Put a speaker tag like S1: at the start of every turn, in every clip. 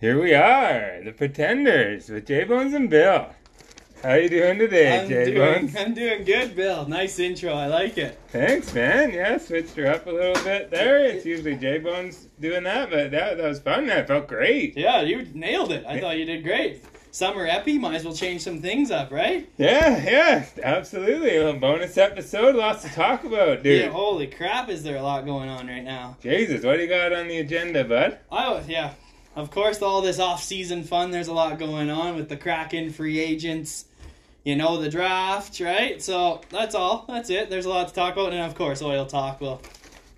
S1: Here we are, the Pretenders with J Bones and Bill. How you doing today,
S2: I'm
S1: J
S2: doing,
S1: Bones?
S2: I'm doing good, Bill. Nice intro. I like it.
S1: Thanks, man. Yeah, switched her up a little bit there. It's usually J Bones doing that, but that that was fun. That felt great.
S2: Yeah, you nailed it. I
S1: Yeah.
S2: thought you did great. Summer Epi, might as well change some things up, right?
S1: Yeah, yeah, absolutely. A little bonus episode, lots to talk about, dude.
S2: Yeah, holy crap, is there a lot going on right now?
S1: Jesus, what do you got on the agenda, bud?
S2: Oh, yeah. Of course, all this off-season fun, there's a lot going on with the Kraken free agents. You know, the draft, right? So, that's all. That's it. There's a lot to talk about. And, of course, oil talk. We'll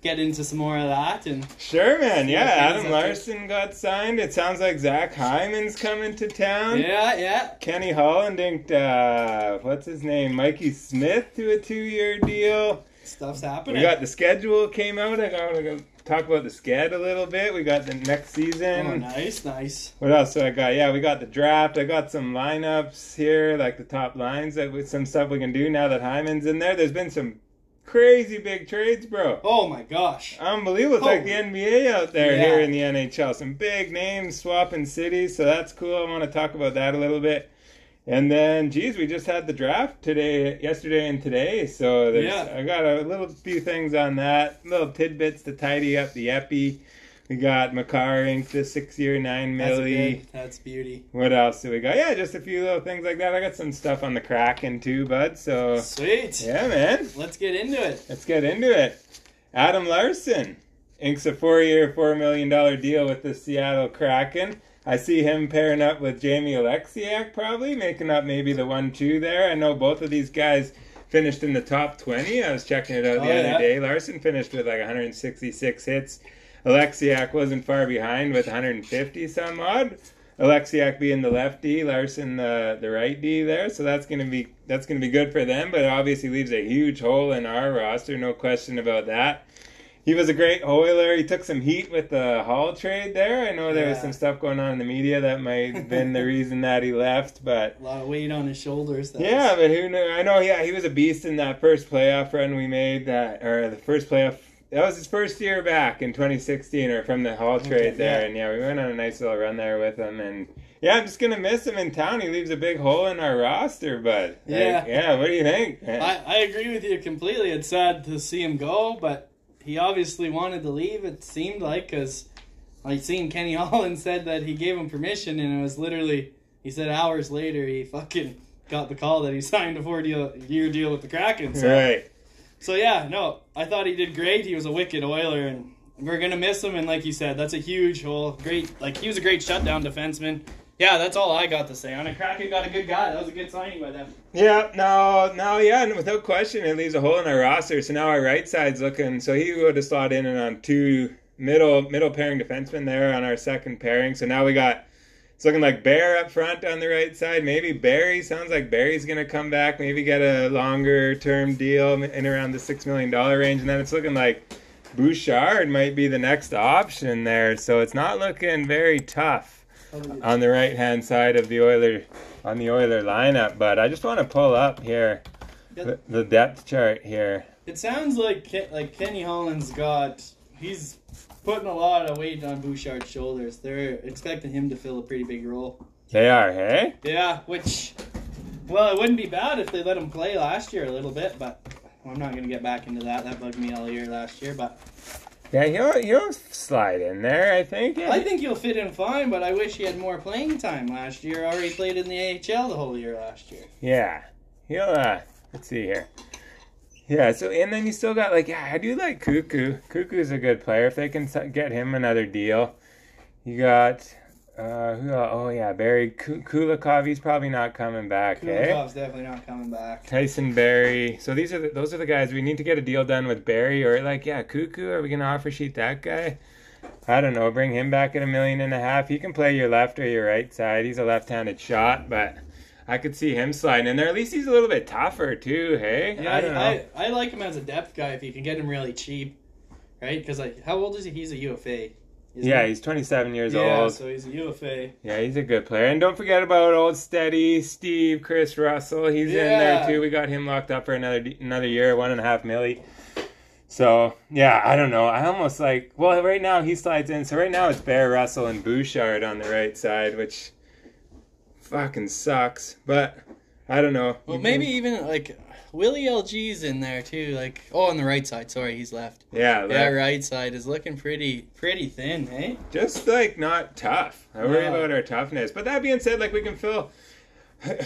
S2: get into some more of that. And
S1: Sure, man. Yeah,
S2: Yeah,
S1: Adam
S2: things up there.
S1: Larson got signed. It sounds like Zach Hyman's coming to town.
S2: Yeah, yeah.
S1: Kenny Holland inked, uh, what's his name, Mikey Smith to a two-year deal.
S2: Stuff's
S1: We
S2: happening.
S1: got the schedule came out. I gotta go talk about the sched a little bit. We got the next season.
S2: oh, nice, nice.
S1: What else do I got? Yeah, we got the draft. I got some lineups here, like the top lines that with some stuff we can do now that Hyman's in there. There's been some crazy big trades, bro.
S2: Oh, my gosh.
S1: Unbelievable. It's like the NBA out there
S2: Oh. Yeah.
S1: here in the NHL. Some big names swapping cities, so that's cool. I want to talk about that a little bit. And then, geez, we just had the draft today, yesterday and today. So there's,
S2: Yeah.
S1: I got a little few things on that, little tidbits to tidy up the epi. We got Makar Inc., the six year, nine
S2: That's
S1: milli.
S2: good. That's beauty.
S1: What else do we got? Yeah, just a few little things like that. I got some stuff on the Kraken too, bud. So,
S2: Sweet.
S1: yeah, man.
S2: Let's get into it.
S1: Let's get into it. Adam Larson inks a four year, $4 million deal with the Seattle Kraken. I see him pairing up with Jamie Alexiak, probably, making up maybe the 1 2 there. I know both of these guys finished in the top 20. I was checking it out the
S2: Oh,
S1: other
S2: yeah.
S1: day. Larson finished with like 166 hits. Alexiak wasn't far behind with 150 some odd. Alexiak being the lefty, Larson the the right D there, so that's gonna be that's gonna be good for them. But it obviously leaves a huge hole in our roster, no question about that. He was a great hoiler. He took some heat with the Hall trade there. I know there was
S2: Yeah.
S1: some stuff going on in the media that might have been the reason that he left, but
S2: A lot of weight on his shoulders. That
S1: yeah, but who knew? I know. Yeah, he was a beast in that first playoff run we made. That or the first playoff. That was his first year back in 2016, or from the Hall
S2: Okay,
S1: trade there.
S2: yeah.
S1: And yeah, we went on a nice little run there with him. And yeah, I'm just gonna miss him in town. He leaves a big hole in our roster, but
S2: Yeah.
S1: yeah. What do you think? man?
S2: I, I agree with you completely. It's sad to see him go, but he obviously wanted to leave, it seemed like, because I seen Kenny Holland said that he gave him permission, and it was literally, he said hours later, he fucking got the call that he signed a four deal, year deal with the Kraken. So,
S1: right.
S2: so, yeah, no, I thought he did great. He was a wicked oiler, and we're going to miss him. And like you said, that's a huge hole. Great, like, he was a great shutdown defenseman. Yeah, that's all I got to say on it. Kraken got a good guy. That was a good signing by them.
S1: Yeah, no, no, yeah, and without question, it leaves a hole in our roster. So now our right side's looking. So he would have slot in and on two middle middle pairing defensemen there on our second pairing. So now we got it's looking like Bear up front on the right side. Maybe Barry sounds like Barry's gonna come back. Maybe get a longer term deal in around the six million dollar range. And then it's looking like Bouchard might be the next option there. So it's not looking very tough on the right hand side of the Oiler on the Oiler lineup, but I just want to pull up here the, the depth chart here.
S2: It sounds like Ke- like Kenny Holland's got he's putting a lot of weight on Bouchard's shoulders. They're expecting him to fill a pretty big role.
S1: They are, hey?
S2: Yeah, which well, it wouldn't be bad if they let him play last year a little bit, but I'm not gonna get back into that. That bugged me all year last year, but
S1: Yeah, he'll he'll slide in there, I think. Yeah.
S2: I think he'll fit in fine. But I wish he had more playing time last year. Already played in the AHL the whole year last year.
S1: Yeah. He'll uh let's see here. Yeah, so and then you still got like yeah, I do like Cuckoo. Cuckoo's a good player. If they can s- get him another deal, you got uh who el- oh yeah Barry Ku- Kulikov. He's probably not coming back. eh?
S2: Kulikov's definitely not coming back.
S1: Tyson Berry. So these are the, those are the guys we need to get a deal done with Berry or like yeah, Cuckoo. Are we gonna offer sheet that guy? I don't know. Bring him back at a million and a half. He can play your left or your right side. He's a left-handed shot, but I could see him sliding in there. At least he's a little bit tougher too. Hey,
S2: Yeah,
S1: I don't know.
S2: I, I, I like him as a depth guy if you can get him really cheap, right? Because like, how old is he? He's a UFA. isn't
S1: yeah,
S2: he?
S1: he's 27 years
S2: yeah.
S1: old.
S2: So he's a UFA.
S1: Yeah, he's a good player. And don't forget about old steady Steve, Chris Russell. He's in there
S2: Yeah.
S1: too. We got him locked up for another another year, one and a half milli. So yeah, I don't know. I almost like well, right now he slides in. So right now it's Bear Russell and Bouchard on the right side, which fucking sucks. But I don't know.
S2: Well, maybe even like Willie LG's in there too. Like oh, on the right side. Sorry, he's left.
S1: Yeah, like,
S2: That right side is looking pretty pretty thin, eh?
S1: just like not tough. I worry
S2: No.
S1: about our toughness. But that being said, like we can fill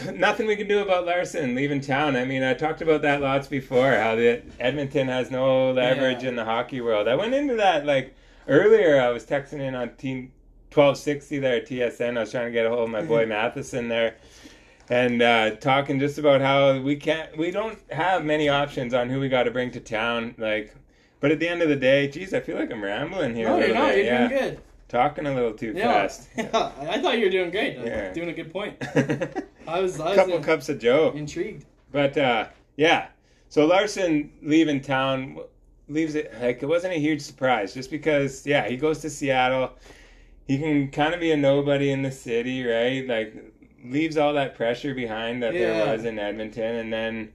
S1: nothing we can do about Larson leaving town. I mean, I talked about that lots before. How the Edmonton has no leverage
S2: Yeah.
S1: in the hockey world. I went into that like earlier. I was texting in on team twelve sixty there at TSN. I was trying to get a hold of my boy Matheson there. And uh, talking just about how we can't, we don't have many options on who we got to bring to town. Like, but at the end of the day, geez, I feel like I'm rambling here. a
S2: No, you're
S1: little
S2: not.
S1: bit,
S2: You're
S1: yeah
S2: doing good.
S1: talking a little too
S2: Yeah.
S1: fast.
S2: I thought you were doing great. I was
S1: Yeah.
S2: Doing a good point.
S1: A
S2: I was, I was
S1: couple
S2: uh,
S1: cups of Joe,
S2: intrigued.
S1: but uh, yeah. So Larson leaving town w- leaves it like it wasn't a huge surprise, just because yeah he goes to Seattle, he can kind of be a nobody in the city, right? Like leaves all that pressure behind that there
S2: Yeah.
S1: was in Edmonton, and then.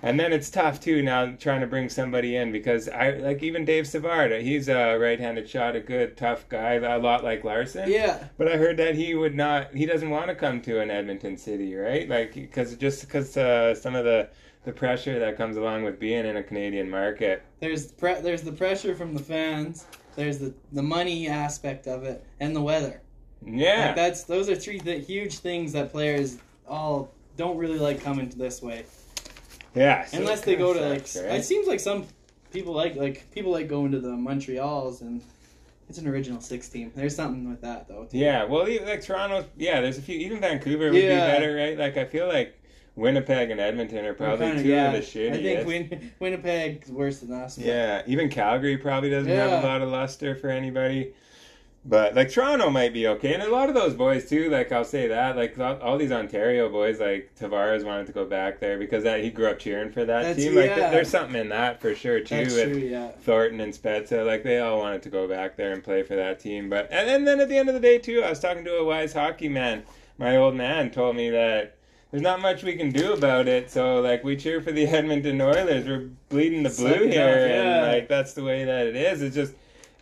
S1: And then it's tough too now trying to bring somebody in because I like even Dave Savard, he's a right-handed shot, a good tough guy, a lot like Larson.
S2: Yeah.
S1: But I heard that he would not. He doesn't want to come to an Edmonton city, right? Like because just because uh, some of the the pressure that comes along with being in a Canadian market.
S2: There's pre- there's the pressure from the fans. There's the the money aspect of it and the weather. Like
S1: Yeah,
S2: that's those are three th- huge things that players all don't really like coming to this way.
S1: yeah. so
S2: Unless
S1: it
S2: they
S1: kinda
S2: go to like
S1: sucks,
S2: it seems like some people like like people like going to the Montreals and it's an original six team. There's something with that though. too.
S1: Yeah, well, even, like Toronto. Yeah, there's a few. Even Vancouver would
S2: Yeah.
S1: be better, right? Like I feel like Winnipeg and Edmonton are probably
S2: Kinda,
S1: two of
S2: yeah.
S1: the shittiest.
S2: I think Win- Winnipeg's worse than us. but-
S1: Yeah, even Calgary probably doesn't have a
S2: Yeah.
S1: lot of luster for anybody. But like Toronto might be okay, and a lot of those boys too. Like I'll say that, like all, all these Ontario boys, like Tavares wanted to go back there because that he grew up cheering for that
S2: That's-
S1: team. Like
S2: yeah.
S1: th- there's something in that for sure too.
S2: that's
S1: with
S2: true. Yeah.
S1: Thornton and Spezza, like they all wanted to go back there and play for that team. But and, and then at the end of the day too, I was talking to a wise hockey man. My old man told me that there's not much we can do about it. So like we cheer for the Edmonton Oilers. We're bleeding the
S2: Suck
S1: blue
S2: it
S1: here,
S2: up, yeah.
S1: and like that's the way that it is. It's just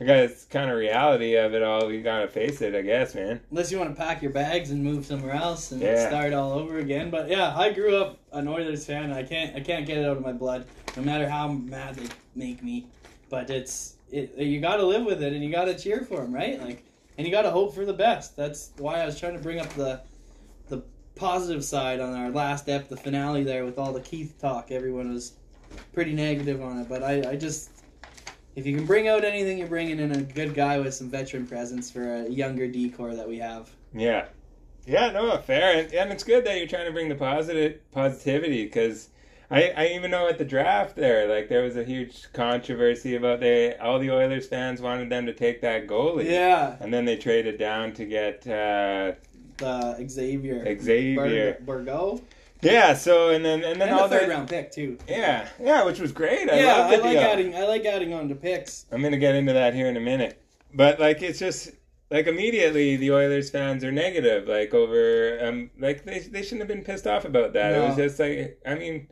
S1: I guess it's kind of reality of it all. We gotta face it, I guess, man.
S2: Unless you want to pack your bags and move somewhere else and
S1: Yeah.
S2: start all over again. But yeah, I grew up an Oilers fan. And I can't I can't get it out of my blood, no matter how mad they make me. But it's it, you got to live with it and you got to cheer for them, right? Like, and you got to hope for the best. That's why I was trying to bring up the the positive side on our last ep, the finale there with all the Keith talk. Everyone was pretty negative on it, but I, I just if you can bring out anything, you're bringing in a good guy with some veteran presence for a younger decor that we have.
S1: Yeah, yeah, no, fair, and, and it's good that you're trying to bring the positive positivity because I I even know at the draft there, like there was a huge controversy about they all the Oilers fans wanted them to take that goalie,
S2: Yeah,
S1: and then they traded down to get uh,
S2: the Xavier.
S1: Xavier.
S2: Bur- Burgo.
S1: Yeah, so and then and then
S2: And,
S1: all
S2: the third
S1: their-
S2: round pick too.
S1: yeah yeah, which was great. I
S2: yeah,
S1: love the
S2: I like
S1: deal.
S2: adding I like adding on to picks.
S1: I'm gonna get into that here in a minute. But like, it's just like immediately the Oilers fans are negative. Like over, um, like they they shouldn't have been pissed off about that. It was
S2: No.
S1: just like, I mean,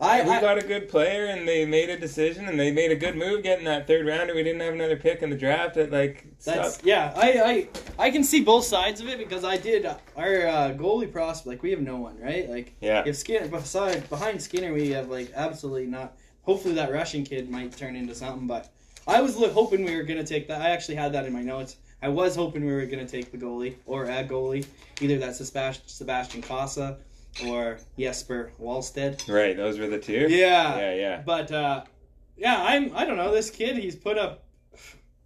S2: I,
S1: we
S2: I
S1: got a good player and they made a decision and they made a good move getting that third rounder. We didn't have another pick in the draft. That like,
S2: That's
S1: sucked.
S2: yeah. I, I I can see both sides of it because I did our uh, goalie prospect. Like we have no one, right? Like
S1: yeah,
S2: if Skinner beside behind Skinner, we have like absolutely not. Hopefully that Russian kid might turn into something. But I was li- hoping we were gonna take that. I actually had that in my notes. I was hoping we were gonna take the goalie or a goalie, either that Sebast- Sebastian Casa or Jesper Wallstead.
S1: right. Those were the two.
S2: Yeah.
S1: yeah, yeah.
S2: But uh, yeah, I'm. I don't know. This kid, he's put up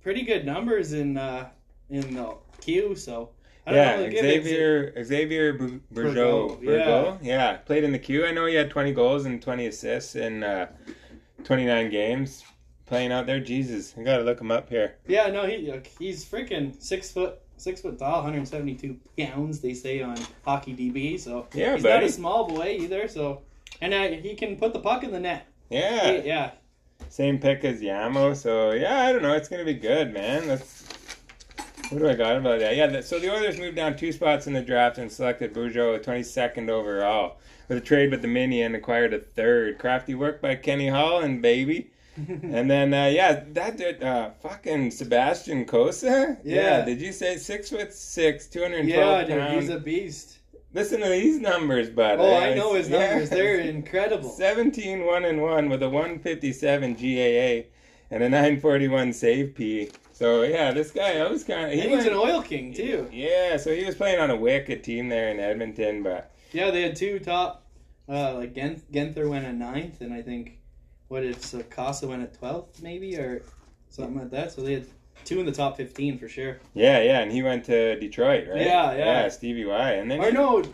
S2: pretty good numbers in uh, in the queue. So I don't know.
S1: Yeah,
S2: like, if it's-
S1: Xavier Xavier Bur- Bourgeau.
S2: Bourgeau, yeah.
S1: Bourgeau, yeah, played in the queue. I know he had 20 goals and 20 assists in uh, 29 games playing out there. Jesus, I gotta look him up here.
S2: Yeah, no, he look, he's freaking six foot six foot tall, 172 pounds. They say on hockey DB. So
S1: Yeah,
S2: he's not
S1: buddy.
S2: a small boy either. So and uh, he can put the puck in the net.
S1: Yeah,
S2: He- yeah.
S1: same pick as Yamo. So yeah, I don't know. It's gonna be good, man. That's what do I got about that? Yeah, that, so the Oilers moved down two spots in the draft and selected Bourgeau with 22nd overall with a trade with the Mini and acquired a third. Crafty work by Kenny Hall and baby. And then uh, yeah, that dude, uh, fucking Sebastian Cosa.
S2: Yeah.
S1: Did you say six foot six, two hundred and
S2: yeah,
S1: twelve
S2: dude,
S1: pounds?
S2: he's a beast.
S1: Listen to these numbers, bud.
S2: Oh, I
S1: It's-
S2: know his
S1: yeah.
S2: numbers. They're incredible.
S1: 17 1 and 1 with a 157 GAA and a 941 save P. So yeah, this guy I was kind of
S2: And he's an oil king too.
S1: Yeah, so he was playing on a wicked team there in Edmonton, but
S2: Yeah, they had two top. Uh, like Gen- Genther went at ninth, and I think what if Sakasa went at twelfth, maybe or something like that. So they had two in the top fifteen for sure.
S1: yeah, yeah, and he went to Detroit, right?
S2: Yeah, yeah.
S1: Stevie Y, and then
S2: Or no,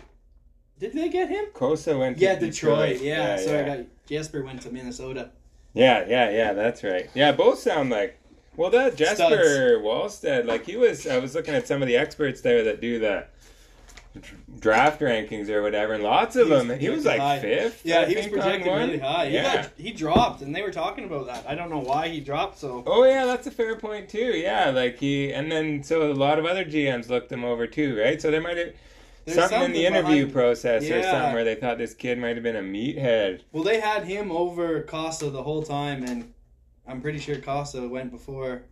S2: did they get him?
S1: Kosa went
S2: Yeah,
S1: to
S2: Detroit.
S1: Detroit.
S2: Yeah, so
S1: yeah.
S2: I got Jesper went to Minnesota.
S1: yeah, yeah, yeah, that's right. Yeah, both sound like. Well, that Jasper Wallstead, like he was, I was looking at some of the experts there that do the draft rankings or whatever, and lots of
S2: He was
S1: them, he was like
S2: projected high.
S1: fifth. I
S2: Yeah, he was
S1: think, on
S2: projected
S1: one.
S2: really high. He
S1: Yeah.
S2: got he dropped, and they were talking about that. I don't know why he dropped. So
S1: Oh yeah, that's a fair point too. Yeah, like he, and then so a lot of other GMs looked him over too, right? So there might have
S2: There's
S1: something, in the interview
S2: behind-
S1: process or
S2: Yeah.
S1: something where they thought this kid might have been a meathead.
S2: Well, they had him over Costa the whole time, and I'm pretty sure Costa went before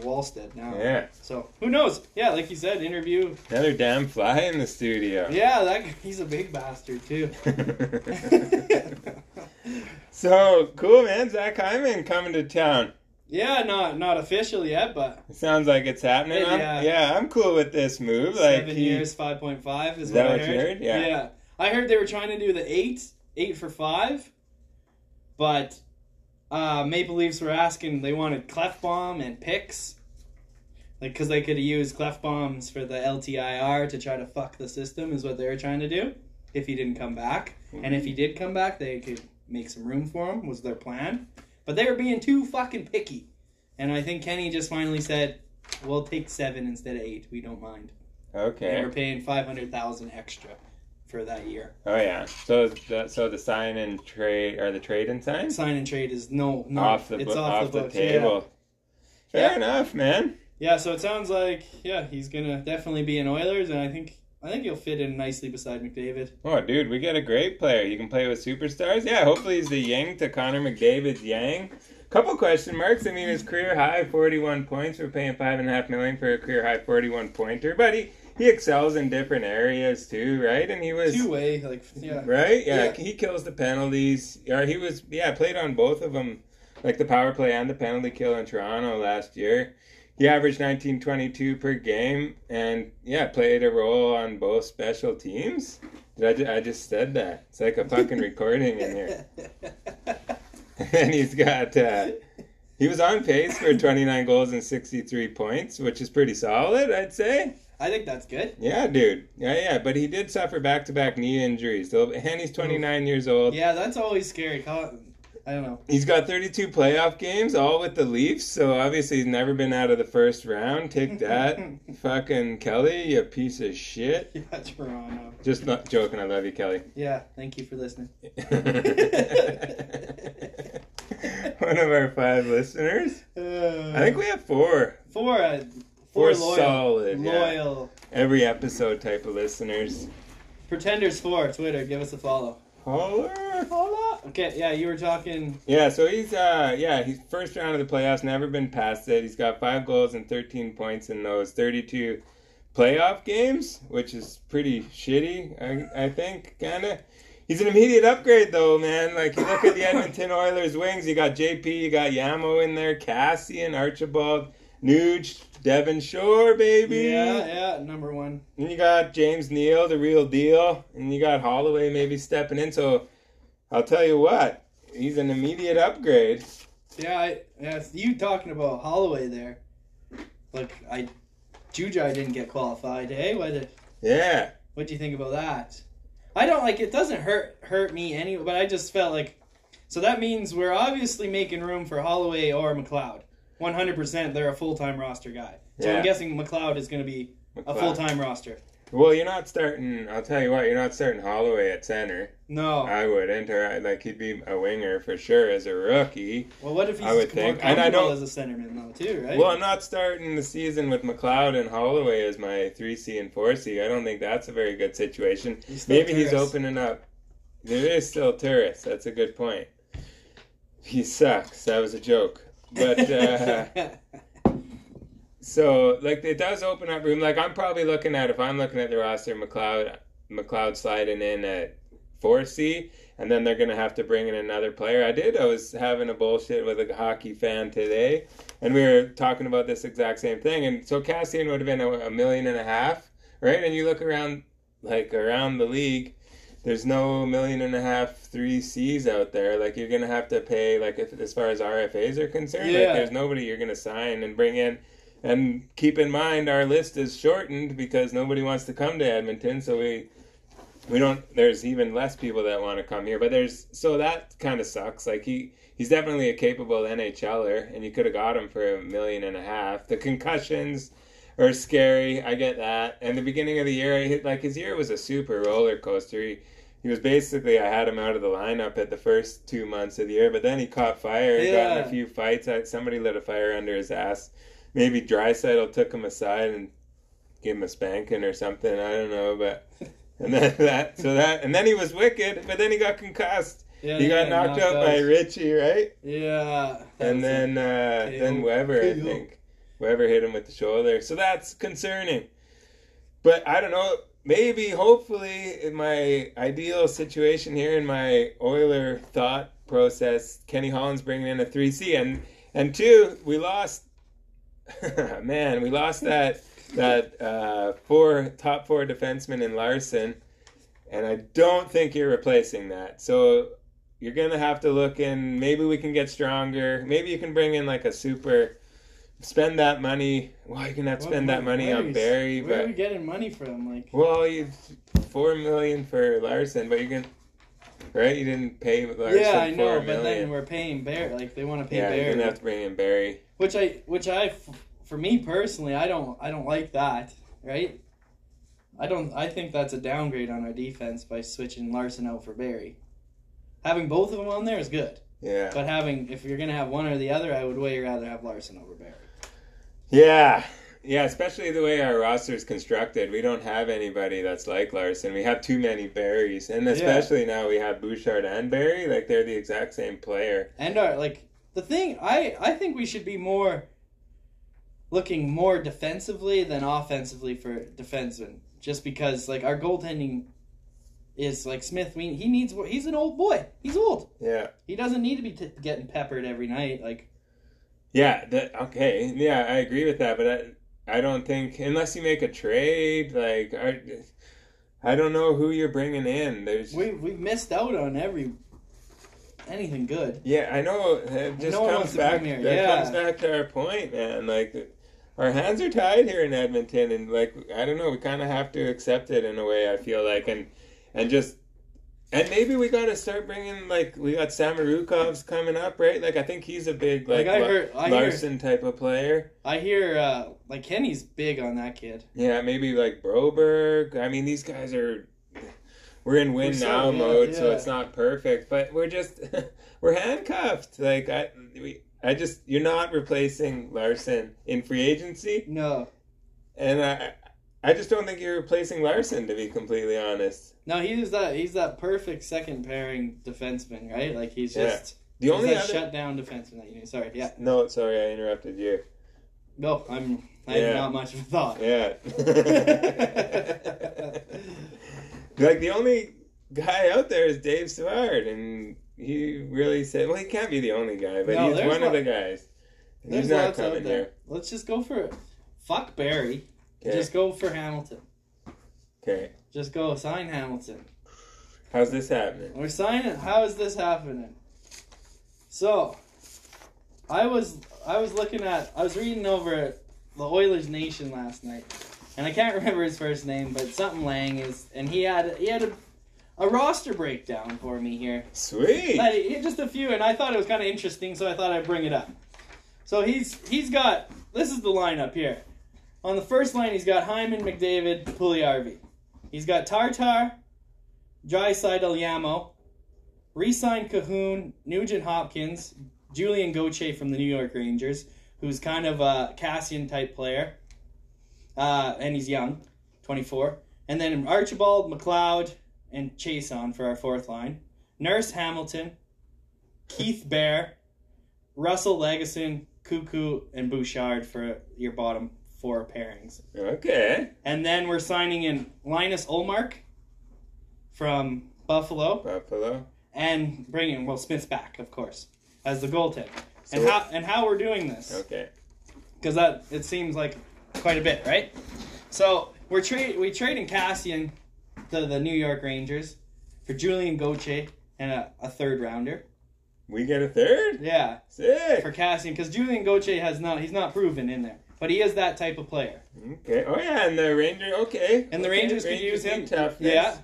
S2: Wallstead now.
S1: Yeah,
S2: So who knows? Yeah, like you said, interview.
S1: another damn fly in the studio.
S2: Yeah, that guy- he's a big bastard too.
S1: so cool, man. Zach Hyman coming to town.
S2: yeah, not not official yet, but
S1: It sounds like it's happening.
S2: Yeah.
S1: I'm, yeah, I'm cool with this move. Like
S2: seven
S1: he-
S2: years, five point five is,
S1: Is that
S2: what,
S1: what
S2: I
S1: you
S2: heard.
S1: heard? Yeah.
S2: I heard they were trying to do the eight, eight for five, but uh, Maple Leafs were asking they wanted Clefbaum and picks, like because they could use Clefbaums for the LTIR to try to fuck the system is what they were trying to do if he didn't come back, and if he did come back, they could make some room for him was their plan, but they were being too fucking picky, and I think Kenny just finally said. We'll take seven instead of eight. We don't mind. They
S1: okay.
S2: were paying five hundred thousand extra for that year.
S1: Oh yeah. So the, so the sign and trade or the trade and sign
S2: Sign and trade is no, no,
S1: off the
S2: it's
S1: bo-
S2: off, the, books, yeah.
S1: table. Fair
S2: Yeah.
S1: enough, man.
S2: Yeah. so it sounds like yeah, he's gonna definitely be in Oilers, and I think I think he'll fit in nicely beside McDavid.
S1: Oh, dude, we got a great player. You can play with superstars. Yeah, hopefully he's the Yang to Connor McDavid's Yang. Couple question marks. I mean, his career high forty-one points. We're paying five and a half million for a career high forty-one pointer, but he he excels in different areas too, right? And he was
S2: Two way, like yeah,
S1: Right? Yeah,
S2: Yeah.
S1: he kills the penalties. Or he was, yeah, played on both of them, like the power play and the penalty kill in Toronto last year. He averaged 19.22 per game, and yeah, played a role on both special teams. Did I, ju- I just said that? It's like a fucking recording in here. and he's got, uh, he was on pace for 29 goals and 63 points, which is pretty solid, I'd say.
S2: I think that's good.
S1: Yeah, dude. Yeah, yeah. But he did suffer back to back knee injuries. So- And he's 29 years old.
S2: Yeah, that's always scary. How- I don't know.
S1: He's got 32 playoff games, all with the Leafs. So obviously, he's never been out of the first round. Take that. Fucking Kelly, you piece of shit.
S2: Yeah, Toronto.
S1: Just not joking. I love you, Kelly.
S2: Yeah, thank you for listening.
S1: One of our five listeners.
S2: Uh,
S1: I think we have four.
S2: four, uh,
S1: Four
S2: four, loyal,
S1: solid, yeah.
S2: loyal
S1: Every episode type of listeners.
S2: pretenders. Four Twitter, give us a follow.
S1: Holler.
S2: Hola. Okay, yeah, you were talking
S1: Yeah, so he's uh yeah, he's first round of the playoffs, never been past it. He's got five goals and thirteen points in those thirty two playoff games, which is pretty shitty, I I think, kinda. He's an immediate upgrade though, man. Like you look at the Edmonton Oilers wings, you got JP, you got Yamo in there, Cassian, Archibald, Nuge, Devon Shore, baby.
S2: Yeah, yeah, number one.
S1: And you got James Neal, the real deal, and you got Holloway maybe stepping in. So I'll tell you what, he's an immediate upgrade.
S2: Yeah, I, yeah, it's you talking about Holloway there. Look, I, Jujai didn't get qualified, eh? What did,
S1: Yeah,
S2: what do you think about that? I don't like it. Doesn't hurt hurt me anyway, but I just felt like, so that means we're obviously making room for Holloway or McLeod. One hundred percent, they're a full time roster guy. So
S1: Yeah.
S2: I'm guessing McLeod is going to be a
S1: McLeod.
S2: full time roster.
S1: Well, you're not starting. I'll tell you what, you're not starting Holloway at center.
S2: No.
S1: I wouldn't, or I, like he'd be a winger for sure as a rookie.
S2: well, what if he's
S1: I would
S2: more
S1: think-
S2: comfortable
S1: and I don't-
S2: as a centerman though, too? Right.
S1: Well, I'm not starting the season with McLeod and Holloway as my three C and four C. I don't think that's a very good situation.
S2: He's still
S1: Maybe he's
S2: Turris.
S1: opening up. There is still Turris. That's a good point. He sucks. That was a joke. But uh, so like it does open up room. Like I'm probably looking at if I'm looking at the roster, McLeod McLeod sliding in at four C, and then they're gonna have to bring in another player. I did. I was having a bullshit with a hockey fan today, and we were talking about this exact same thing. And so Cassian would have been a, a million and a half, right? And you look around like around the league there's no million and a half three C's out there. Like you're gonna have to pay like if, as far as RFAs are concerned,
S2: Yeah.
S1: like there's nobody you're gonna sign and bring in. And keep in mind our list is shortened because nobody wants to come to Edmonton, so we we don't. There's even less people that want to come here. But there's so that kind of sucks. Like he. He's definitely a capable NHLer, er, and you could have got him for a million and a half. The concussions, or scary. I get that. And the beginning of the year, I hit like his year was a super roller coaster. He, he was basically I had him out of the lineup at the first two months of the year, but then he caught fire. He got in
S2: Yeah.
S1: a few fights. I, somebody lit a fire under his ass. Maybe Drysaddle took him aside and gave him a spanking or something. I don't know, but and then that so that and then he was wicked, but then he got concussed.
S2: yeah,
S1: he got
S2: yeah,
S1: knocked, out by
S2: out.
S1: Richie, right?
S2: Yeah.
S1: and then uh,
S2: KO.
S1: then Weber, I
S2: KO.
S1: think Weber hit him with the shoulder, so that's concerning. But I don't know. Maybe, hopefully, in my ideal situation here in my Euler thought process, Kenny Holland's bringing in a three C, and and two, we lost. man, we lost that that uh, four top four defenseman in Larson, and I don't think you're replacing that. So you're gonna have to look in. Maybe we can get stronger. Maybe you can bring in like a super. Spend that money. Well, you can have to
S2: What-
S1: spend
S2: what-
S1: that money
S2: where
S1: on
S2: is-
S1: Barry,
S2: Where are we
S1: but
S2: getting money from? Like,
S1: well, you four million for Larson, but you can, right? You didn't pay Larson
S2: yeah, I
S1: four
S2: know, but
S1: million.
S2: then we're paying Bear. Like, they want to pay
S1: yeah,
S2: Bear,
S1: you're gonna have to bring in Barry.
S2: which I, which I, f- for me personally, I don't, I don't like that. Right? I don't. I think that's a downgrade on our defense by switching Larson out for Barry. Having both of them on there is good,
S1: Yeah,
S2: but having if you're gonna have one or the other, I would way rather have Larson over Barry.
S1: yeah, yeah. Especially the way our roster is constructed, we don't have anybody that's like Larson. We have too many Barrys, and especially now we have Bouchard and Barry. Like they're the exact same player.
S2: And our like the thing I I think we should be more looking more defensively than offensively for defensemen. Just because like our goaltending is like Smith, we, he needs he's an old boy. He's old.
S1: Yeah.
S2: He doesn't need to be t- getting peppered every night. Like
S1: Yeah, that okay. Yeah, I agree with that, but I I don't think unless you make a trade, like I, I don't know who you're bringing in. There's
S2: we we missed out on every anything good.
S1: yeah, I know. It just
S2: No one
S1: comes
S2: wants to
S1: back.
S2: bring
S1: That
S2: here, yeah.
S1: comes back to our point, man. Like our hands are tied here in Edmonton, and like I don't know, we kind of have to accept it in a way. I feel like, and and just and maybe we got to start bringing like we got Samarukov's coming up, right? Like I think he's a big like,
S2: Like, I
S1: La-
S2: heard- I heard-
S1: Larson type of player.
S2: I hear uh like Kenny's big on that kid.
S1: Yeah, maybe like Broberg. I mean, these guys are. We're in win
S2: We're so-
S1: now
S2: yeah,
S1: mode, so
S2: yeah.
S1: it's not perfect, but we're just we're handcuffed. Like I, we, I just you're not replacing Larson in free agency,
S2: No.
S1: and I, I just don't think you're replacing Larson to be completely honest.
S2: No, he's that he's that perfect second pairing defenseman, right? Like he's
S1: Yeah.
S2: just
S1: The only
S2: he's that
S1: other
S2: shut down defenseman that you need. Sorry, yeah.
S1: no, sorry, I interrupted you.
S2: No, I'm. I
S1: Yeah.
S2: have not much of a thought.
S1: Yeah. like the only guy out there is Dave Savard, and he really said, "Well, he can't be the only guy, but
S2: No,
S1: he's
S2: there's
S1: one of
S2: lo-
S1: the guys." And
S2: There's
S1: He's not
S2: lots out
S1: coming
S2: there.
S1: here.
S2: Let's just go for it. Fuck Barry.
S1: Okay.
S2: Just go for Hamilton.
S1: okay,
S2: Just go sign Hamilton.
S1: how's this happening?
S2: We're signing. How is this happening? So, I was I was looking at I was reading over the Oilers Nation last night, and I can't remember his first name, but something Lang is, and he had he had a, a roster breakdown for me here.
S1: Sweet.
S2: But he- he- just a few, and I thought it was kind of interesting, so I thought I'd bring it up. So he's he's got this is the lineup here. On the first line, he's got Hyman, McDavid, Puliarvi. He's got Tartar, Dryside, Yamo, re-signed Cahoon, Nugent Hopkins, Julian Goche from the New York Rangers, who's kind of a Cassian type player, uh, and he's young, 24. And then Archibald, McLeod, and Chason for our fourth line. Nurse Hamilton, Keith Bear, Russell Legison, Cuckoo, and Bouchard for your bottom four pairings.
S1: Okay.
S2: And then we're signing in Linus Olmark from Buffalo
S1: Buffalo.
S2: and bringing Will Smith back, of course, as the goaltender.
S1: So-
S2: and how and how we're doing this
S1: Okay.
S2: because that it seems like quite a bit, right? So we're trade we trading Cassian to the New York Rangers for Julian Goche and a, a third rounder.
S1: We get a third?
S2: Yeah, for
S1: Sick.
S2: Cassian because Julian Goche has not he's not proven in there, but he is that type of player.
S1: Okay. Oh yeah, and the Ranger okay.
S2: And the
S1: Okay,
S2: Rangers could use
S1: need
S2: him.
S1: Toughness.
S2: Yeah,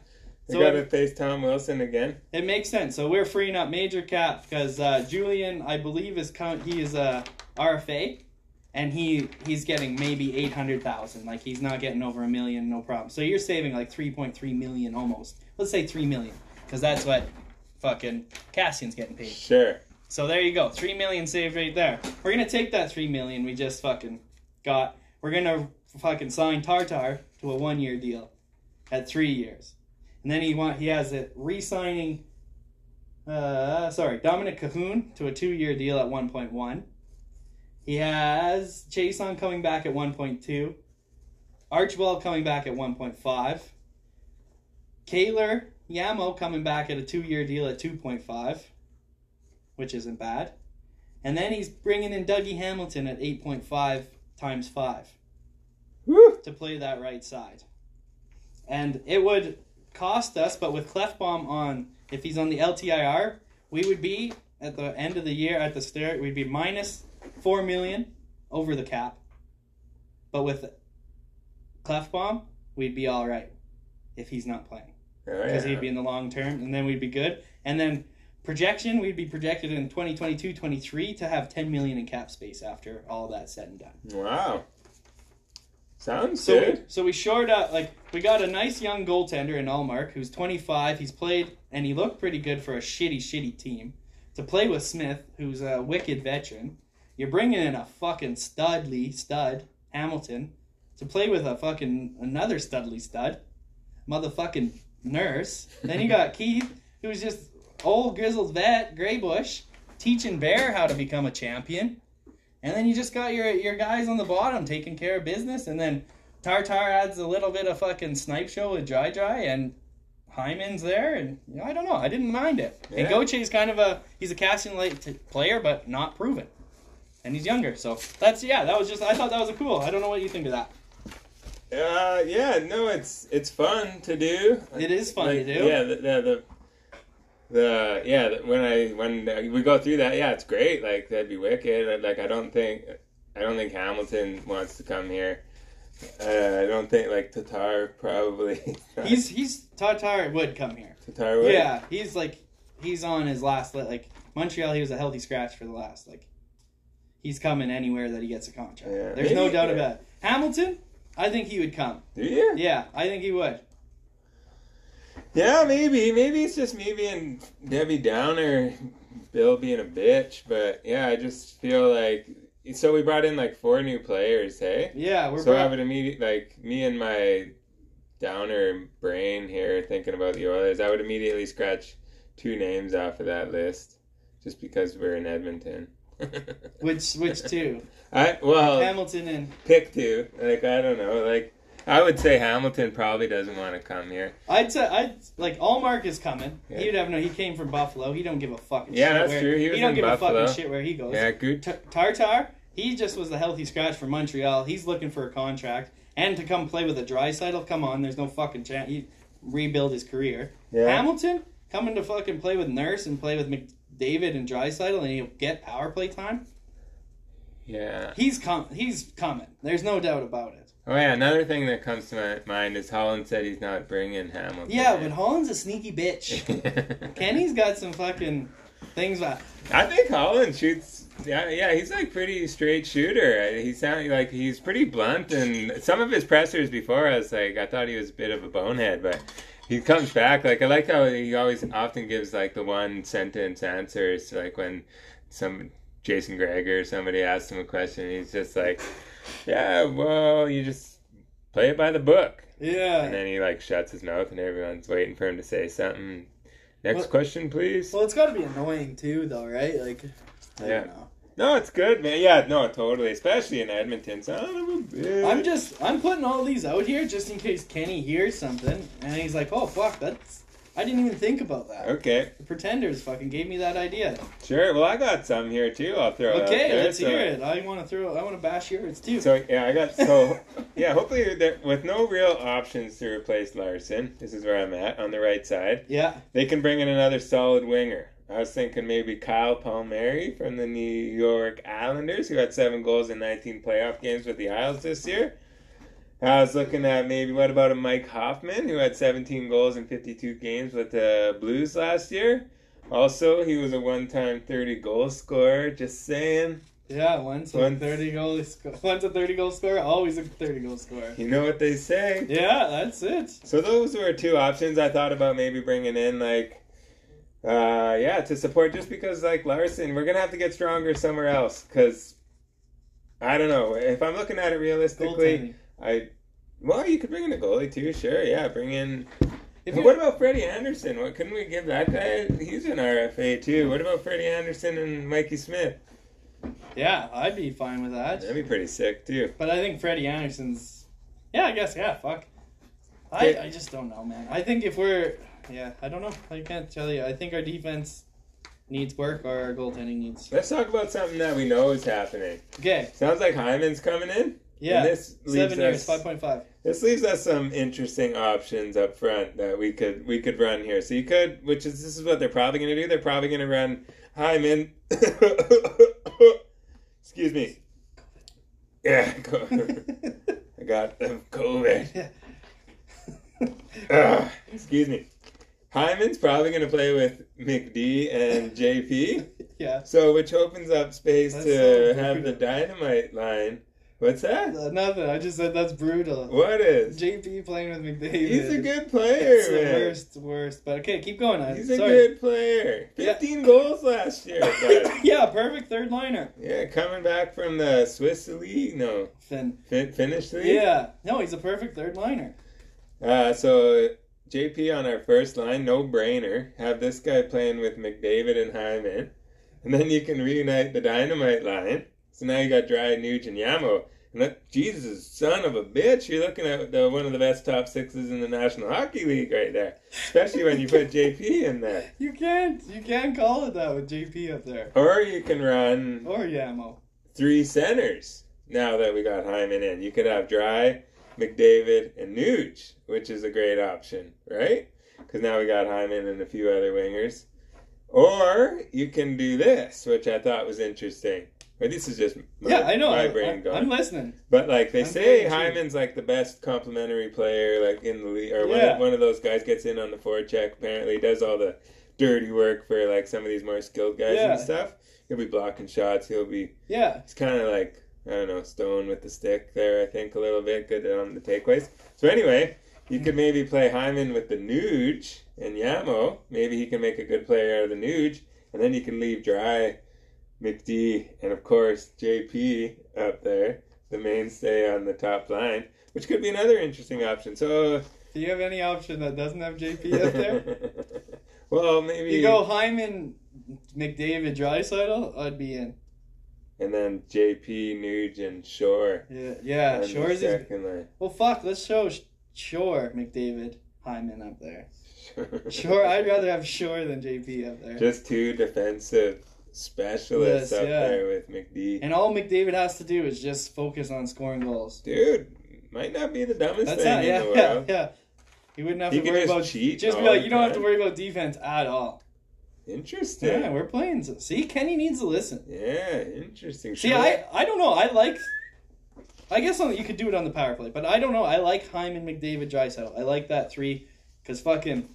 S1: They
S2: So
S1: gotta
S2: it-
S1: face Tom Wilson again.
S2: it makes sense. So we're freeing up major cap because uh, Julian, I believe, is count he is a RFA. And he, he's getting maybe eight hundred thousand. Like he's not getting over a million, no problem. So you're saving like three point three million almost. Let's say three million, because that's what fucking Cassian's getting paid.
S1: Sure.
S2: So there you go, three million saved right there. We're gonna take that three million we just fucking got. We're gonna fucking sign Tartar to a one year deal at three years, and then he want he has it re-signing. Uh, sorry, Dominic Cahoon to a two year deal at one point one. He has Jason coming back at one point two, Archibald coming back at one point five, Kaylor Yamo coming back at a two year deal at two point five which isn't bad. And then he's bringing in Dougie Hamilton at 8.5 times 5
S1: Woo.
S2: to play that right side. And it would cost us, but with Clefbaum on, if he's on the LTIR, we would be at the end of the year at the start, we'd be minus 4 million over the cap. But with Clefbaum, we'd be all right if he's not playing
S1: Oh,
S2: because
S1: yeah.
S2: he'd be in the long term, and then we'd be good. And then projection, we'd be projected in 2022 23 to have 10 million in cap space after all that's said and done.
S1: Wow. Sounds
S2: So,
S1: good.
S2: so we shored up, like, we got a nice young goaltender in Allmark who's 25. He's played, and he looked pretty good for a shitty, shitty team. To play with Smith, who's a wicked veteran, you're bringing in a fucking studly stud, Hamilton, to play with a fucking another studly stud, motherfucking nurse. Then you got Keith, who's just old grizzled vet, Greybush, teaching Bear how to become a champion. And then you just got your your guys on the bottom taking care of business, and then Tartar adds a little bit of fucking snipe show with Dry Dry, and Hyman's there, and you know, I don't know, I didn't mind it. And
S1: Yeah.
S2: Goche's kind of a he's a casting light t- player, but not proven, and he's younger, so that's yeah, that was just I thought that was a cool. I don't know what you think of that.
S1: Uh, yeah, no, it's it's fun to do.
S2: It is fun to do.
S1: Yeah, the the, the, the yeah the- when I when we go through that, yeah, it's great. Like that'd be wicked. Like I don't think I don't think Hamilton wants to come here. Uh, I don't think like Tatar probably.
S2: He's he's Tartar would come here.
S1: Tatar would.
S2: Yeah, he's like he's on his last li- like Montreal. He was a healthy scratch for the last like. He's coming anywhere that he gets a contract.
S1: Yeah,
S2: There's no
S1: maybe,
S2: doubt
S1: yeah.
S2: about it. Hamilton, I think he would come.
S1: Do you?
S2: Yeah, I think he would.
S1: Yeah, maybe. Maybe it's just me being Debbie Downer, Bill being a bitch. But yeah, I just feel like. So we brought in like four new players, hey?
S2: Yeah, we're
S1: so
S2: bra-
S1: I would immediately, like, me and my downer brain here thinking about the Oilers, I would immediately scratch two names off of that list just because we're in Edmonton.
S2: which which two?
S1: I well
S2: Hamilton and
S1: pick two. Like I don't know. Like I would say Hamilton probably doesn't want to come here.
S2: I'd say I'd like Allmark is coming.
S1: Yeah.
S2: He'd have no. He came from Buffalo. He don't give a fucking.
S1: Yeah,
S2: shit
S1: that's
S2: where,
S1: true. He was
S2: don't
S1: in
S2: give a
S1: Buffalo.
S2: fucking shit where he goes.
S1: Yeah, good.
S2: T- Tartar, he just was a healthy scratch for Montreal. He's looking for a contract. And to come play with a dry come on, there's no fucking chance. He rebuild his career.
S1: Yeah.
S2: Hamilton, coming to fucking play with Nurse and play with McDavid and dry and he'll get power play time.
S1: Yeah.
S2: He's com- he's coming. There's no doubt about it.
S1: Oh yeah, another thing that comes to my mind is Holland said he's not bringing Hamilton.
S2: Yeah, but
S1: in.
S2: Holland's a sneaky bitch. Kenny's got some fucking things that
S1: I think Holland shoots. Yeah, yeah, he's like pretty straight shooter. He sounds like he's pretty blunt, and some of his pressers before us, like I thought he was a bit of a bonehead, but he comes back. Like I like how he always often gives like the one sentence answers. Like when some Jason Greger or somebody asks him a question, he's just like, "Yeah, well, you just play it by the book."
S2: yeah.
S1: And then he like shuts his mouth, and everyone's waiting for him to say something. Next
S2: What-
S1: question, please.
S2: Well, it's got to be annoying too, though, right? Like, I
S1: Yeah.
S2: don't know.
S1: No, it's good, man. Yeah, no, totally. Especially in Edmonton. Son of a bitch.
S2: I'm just I'm putting all these out here just in case Kenny hears something and he's like, "Oh fuck, that's I didn't even think about that."
S1: Okay,
S2: The Pretenders fucking gave me that idea.
S1: sure. Well, I got some here too. I'll throw. out
S2: okay,
S1: there,
S2: let's
S1: Uh, so-
S2: hear it. I want to throw. I want to bash yours too.
S1: So yeah, I got so yeah. Hopefully, there, with no real options to replace Larson, this is where I'm at on the right side.
S2: yeah,
S1: They can bring in another solid winger. I was thinking maybe Kyle Palmieri from the New York Islanders, who had seven goals in 19 playoff games with the Isles this year. I was looking at maybe what about a Mike Hoffman, who had 17 goals in 52 games with the Blues last year. Also, he was a one-time 30 goal scorer. Just saying.
S2: yeah. Once a
S1: Once-
S2: thirty goal, sc- once a thirty goal scorer, always a thirty goal scorer.
S1: You know what they say.
S2: Yeah, that's it.
S1: So those were two options I thought about maybe bringing in, like, uh, yeah, to support just because, like, Larson, we're gonna have to get stronger somewhere else because I don't know if I'm looking at it realistically.
S2: Goaltending.
S1: I well, you could bring in a goalie too, sure, yeah, bring in. But
S2: If you-
S1: what about Freddie Anderson? What couldn't we give that guy? He's an RFA too. What about Freddie Anderson and Mikey Smith?
S2: yeah, I'd be fine with that.
S1: That'd be pretty sick too.
S2: But I think Freddie Anderson's. Yeah, I guess. Yeah, fuck. I, I just don't know, man. I think if we're. Yeah, I don't know. I can't tell you. I think our defense needs work or our goaltending needs.
S1: Let's talk about something that we know is happening.
S2: Okay.
S1: Sounds like Hyman's coming in.
S2: Yeah.
S1: And this leaves
S2: Seven years,
S1: us-
S2: five point five.
S1: This leaves us some interesting options up front that we could we could run here. So you could, which is this is what they're probably going to do. They're probably going to run Hyman. Excuse me. Yeah, co- I got the COVID. Ugh, excuse me. Hyman's probably going to play with McD and JP.
S2: yeah.
S1: So which opens up space
S2: That's
S1: to
S2: so
S1: have the
S2: weird.
S1: dynamite line. What's that?
S2: Uh, Nothing. I just said that's brutal.
S1: What is?
S2: JP playing with McDavid.
S1: Oh, He's a good player,
S2: It's the
S1: man.
S2: worst, worst. But okay, keep going. I'm
S1: He's a
S2: sorry.
S1: good player.
S2: Yeah.
S1: 15 goals last year. But
S2: yeah, perfect third liner.
S1: yeah, coming back from the Swiss league, no,
S2: Finn.
S1: fin- Finnish league.
S2: Yeah. No, he's a perfect third liner.
S1: Uh, so JP on our first line, no brainer. Have this guy playing with McDavid and Hyman, and then you can reunite the dynamite line. So now you got Dry Nuge and Yamo. And that, Jesus, son of a bitch, you're looking at the, one of the best top sixes in the National Hockey League right there. Especially when you put JP in there.
S2: You can't you can't call it that with JP up there.
S1: Or you can run
S2: Or Yamo.
S1: three centers now that we got Hyman in. You could have Dry, McDavid, and Nuge, which is a great option, right? Because now we got Hyman and a few other wingers. Or you can do this, which I thought was interesting. But this is just my,
S2: yeah, I know.
S1: my
S2: I,
S1: brain
S2: I,
S1: going.
S2: am listening.
S1: But like they
S2: I'm
S1: say,
S2: very intrigued.
S1: Hyman's like the best complimentary player, like in the league, or one,
S2: Yeah.
S1: of, one of those guys gets in on the forecheck. Apparently, does all the dirty work for like some of these more skilled guys
S2: Yeah.
S1: and stuff. He'll be blocking shots. He'll be
S2: Yeah.
S1: it's kind of like I don't know, Stone with the stick there. I think a little bit good on the takeaways. So anyway, you could maybe play Hyman with the Nuge and Yamo. Maybe he can make a good player out of the Nuge, and then you can leave Dry, McD, and of course JP up there, the mainstay on the top line, which could be another interesting option. So
S2: Do you have any option that doesn't have JP up there?
S1: well, maybe
S2: you go Hyman, McDavid, Drysaddle. I'd be in.
S1: and then JP, Nuge, and Shore.
S2: Yeah, yeah.
S1: on the
S2: Shores is
S1: second line.
S2: well. Fuck. Let's show Sh- Shore McDavid Hyman up there. Shore. I'd rather have Shore than JP up there.
S1: Just two defensive specialists
S2: Yes,
S1: up
S2: yeah.
S1: there with McD.
S2: And all McDavid has to do is just focus on scoring goals.
S1: Dude, might not be the dumbest
S2: That's
S1: thing
S2: not.
S1: in
S2: Yeah,
S1: the
S2: yeah,
S1: world.
S2: yeah. You wouldn't have
S1: He
S2: to
S1: can
S2: worry
S1: just
S2: about
S1: cheat
S2: Just be
S1: all
S2: like,
S1: the
S2: you don't have to
S1: time.
S2: worry about defense at all. Yeah,
S1: Interesting. Yeah,
S2: we're playing. s- See, Kenny needs to listen.
S1: interesting.
S2: See,
S1: Sure.
S2: I, I don't know. I like. I guess on, you could do it on the power play, but I don't know. I like Hyman, McDavid, Drysaddle. I like that three because fucking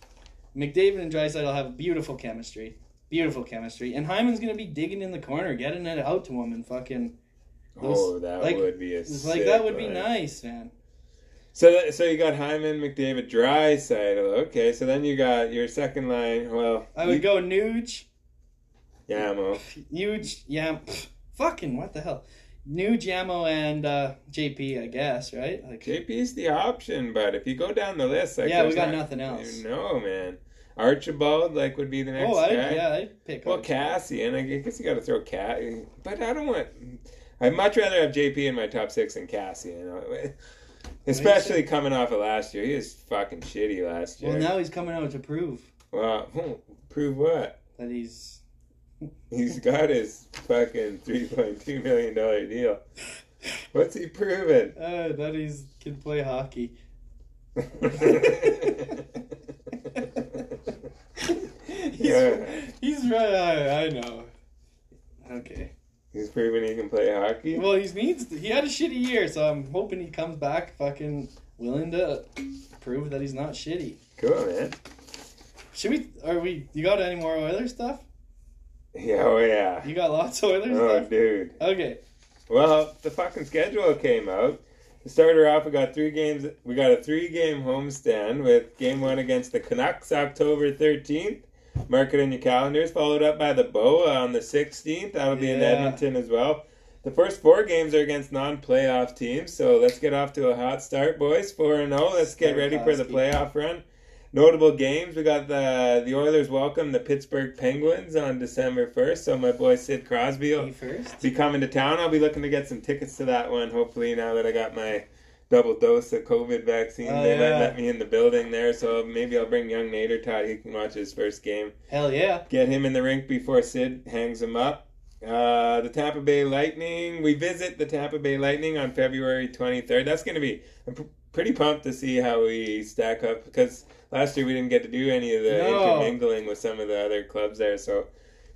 S2: McDavid and Drysaddle have beautiful chemistry, beautiful chemistry, and Hyman's gonna be digging in the corner, getting it out to him, and fucking
S1: oh, that
S2: like-
S1: would be a
S2: it's like
S1: sick
S2: that would be
S1: line.
S2: nice, man.
S1: So, that, so you got Hyman, McDavid, Drysaddle. Okay, so then you got your second line. Well,
S2: I would go Nuge,
S1: Yamo.
S2: Nuge, Yam, fucking what the hell, Nuge, Yamo, and uh, JP, I guess, right? Like,
S1: JP's the option, but if you go down the list, like
S2: Yeah, we
S1: there's
S2: got
S1: not-
S2: nothing else.
S1: No, man. Archibald like would be the next
S2: Oh, I,
S1: guy.
S2: yeah, I'd pick.
S1: Well,
S2: Archibald.
S1: Cassian, I guess you got to throw Cat, but I don't want. I'd much rather have JP in my top six than Cassian, especially coming off of last year. He was fucking shitty last year.
S2: Well, now he's coming out to prove
S1: Well, hmm, prove what?
S2: that he's.
S1: He's got his fucking three point two million dollar deal. What's he proven?
S2: Uh, that he's can play hockey. He's,
S1: yeah,
S2: He's right. I, I know. Okay.
S1: he's proven he can play hockey.
S2: Well, he needs. To, he had a shitty year, so I'm hoping he comes back fucking willing to prove that he's not shitty.
S1: Cool, man.
S2: Should we? Are we? You got any more Oiler stuff?
S1: Yeah, oh yeah.
S2: You got lots of Oiler
S1: Oh,
S2: stuff.
S1: dude.
S2: Okay.
S1: Well, the fucking schedule came out. To start her off, we got three games. We got a three-game homestand with game one against the Canucks, October thirteenth. Mark it on your calendars. Followed up by the Boa on the sixteenth. That'll be in
S2: Yeah.
S1: Edmonton as well. The first four games are against non-playoff teams, so let's get off to a hot start, boys. Four and zero. Let's get ready for the
S2: Starkowski.
S1: playoff run. Notable games: we got the the Oilers welcome the Pittsburgh Penguins on December first. So my boy Sid Crosby will
S2: Me first.
S1: be coming to town. I'll be looking to get some tickets to that one. Hopefully, now that I got my double dose of COVID vaccine,
S2: Oh,
S1: they might
S2: yeah.
S1: let me in the building there. So maybe I'll bring young Nader Todd. He can watch his first game.
S2: Hell yeah.
S1: Get him in the rink before Sid hangs him up. Uh, the Tampa Bay Lightning. We visit the Tampa Bay Lightning on February 23rd. That's going to be. I'm pr- pretty pumped to see how we stack up because last year we didn't get to do any of the
S2: No.
S1: intermingling with some of the other clubs there. So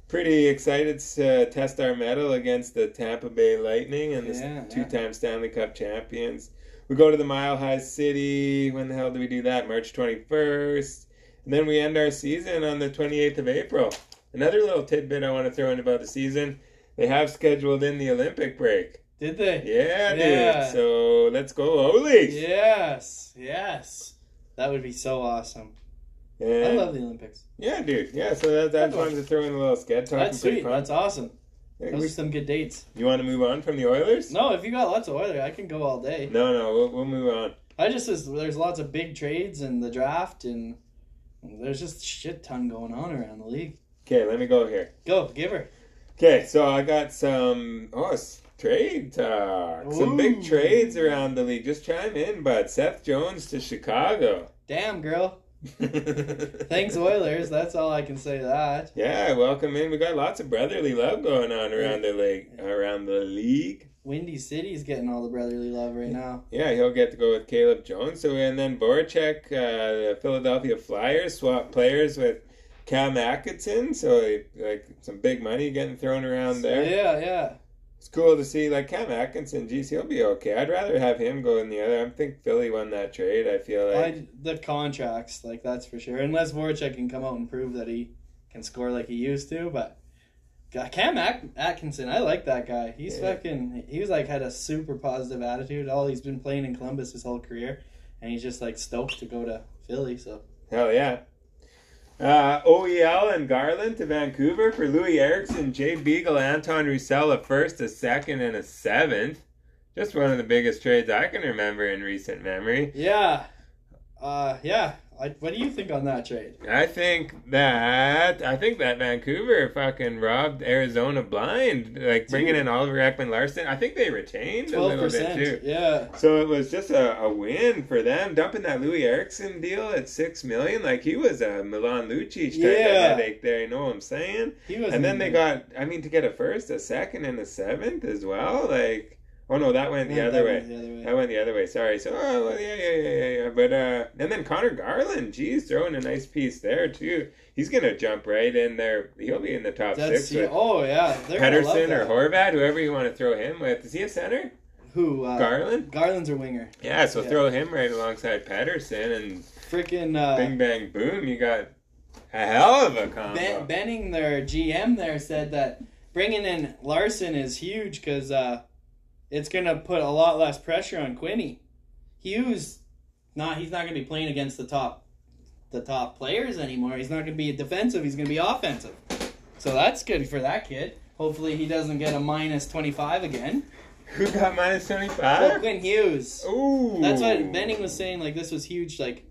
S1: pretty excited to test our medal against the Tampa Bay Lightning and the
S2: Yeah, yeah.
S1: two-time Stanley Cup champions. We go to the Mile High City. When the hell do we do that? March 21st. And then we end our season on the 28th of April. Another little tidbit I want to throw in about the season. They have scheduled in the Olympic break.
S2: Did they?
S1: Yeah,
S2: Yeah.
S1: dude. So let's go, Oli.
S2: Yes. Yes. That would be so awesome. I
S1: And-
S2: love the Olympics.
S1: yeah, dude. Yeah, so that, that
S2: Good one.
S1: wanted to throw in a little sketch. Talking
S2: That's
S1: pretty
S2: sweet.
S1: fun.
S2: That's awesome.
S1: Hey,
S2: Those
S1: we-
S2: are some good dates.
S1: You want to move on from the Oilers?
S2: No, if you got lots of weather, I can go all day.
S1: No, no, we'll, we'll move on.
S2: I just is there's lots of big trades and the draft and there's just shit ton going on around the league.
S1: Okay, let me go here.
S2: Go, give her.
S1: Okay, so I got some oh it's trade talk. Some big
S2: Ooh.
S1: trades around the league. Just chime in, bud. Seth Jones to Chicago.
S2: Damn girl.
S1: Thanks,
S2: Thanks Oilers. That's all I can say to that.
S1: Yeah, welcome in. We got lots of brotherly love going on around the league. Around the league.
S2: Windy City's getting all the brotherly love right now.
S1: Yeah, he'll get to go with Caleb Jones. So and then Voracek, uh, the Philadelphia Flyers swap players with Cam Atkinson. So like some big money getting thrown around there.
S2: Yeah, yeah.
S1: It's cool to see like Cam Atkinson. Geez, he'll be okay. I'd rather have him go than the other. I think Philly won that trade. I feel like
S2: I, the contracts, like that's for sure. Unless Voracek can come out and prove that he can score like he used to, but God, Cam At- Atkinson, I like that guy. He's
S1: Yeah.
S2: fucking. He was like had a super positive attitude. All he's been playing in Columbus his whole career, and he's just like stoked to go to Philly. So
S1: hell yeah. Uh, OEL and Garland to Vancouver for Louis Erickson, Jay Beagle, Anton Roussel a first, a second, and a seventh. Just one of the biggest trades I can remember in recent memory.
S2: yeah, uh, yeah. I, what do you think on that trade?
S1: I think that I think that Vancouver fucking robbed Arizona blind, like bringing in Oliver Ekman Larson. I think they retained a
S2: Twelve
S1: little bit too.
S2: percent. Yeah,
S1: So it was just a, a win for them dumping that Louis Erickson deal at six million. Like he was a Milan Lucic type
S2: Yeah.
S1: of headache there. You know what I'm saying?
S2: he was.
S1: And then they got, I mean, to get a first, a second, and a seventh as well. Like, oh no, that went the
S2: Yeah,
S1: other
S2: that
S1: way.
S2: went The other way.
S1: That went the other way. Sorry. So oh well, yeah, yeah, yeah, yeah, yeah. But uh, and then Connor Garland, geez, throwing a nice piece there too. He's gonna jump right in there. He'll be in the top
S2: That's,
S1: six with
S2: oh yeah, they're gonna love
S1: Pedersen or
S2: that.
S1: Horvat, whoever you want to throw him with. Is he a center?
S2: Who uh,
S1: Garland.
S2: Garland's a winger.
S1: Yeah, so
S2: Yeah.
S1: throw him right alongside Patterson and
S2: Freaking uh,
S1: bing bang boom, you got a hell of a combo.
S2: Ben, Benning, their GM, there said that bringing in Larson is huge because uh, it's gonna put a lot less pressure on Quinny. Hughes, not he's not gonna be playing against the top, the top players anymore. He's not gonna be defensive. He's gonna be offensive. So that's good for that kid. Hopefully he doesn't get a minus twenty five again.
S1: Who got minus twenty
S2: Well,
S1: five?
S2: Quinn Hughes.
S1: Ooh,
S2: That's what Benning was saying. Like this was huge. Like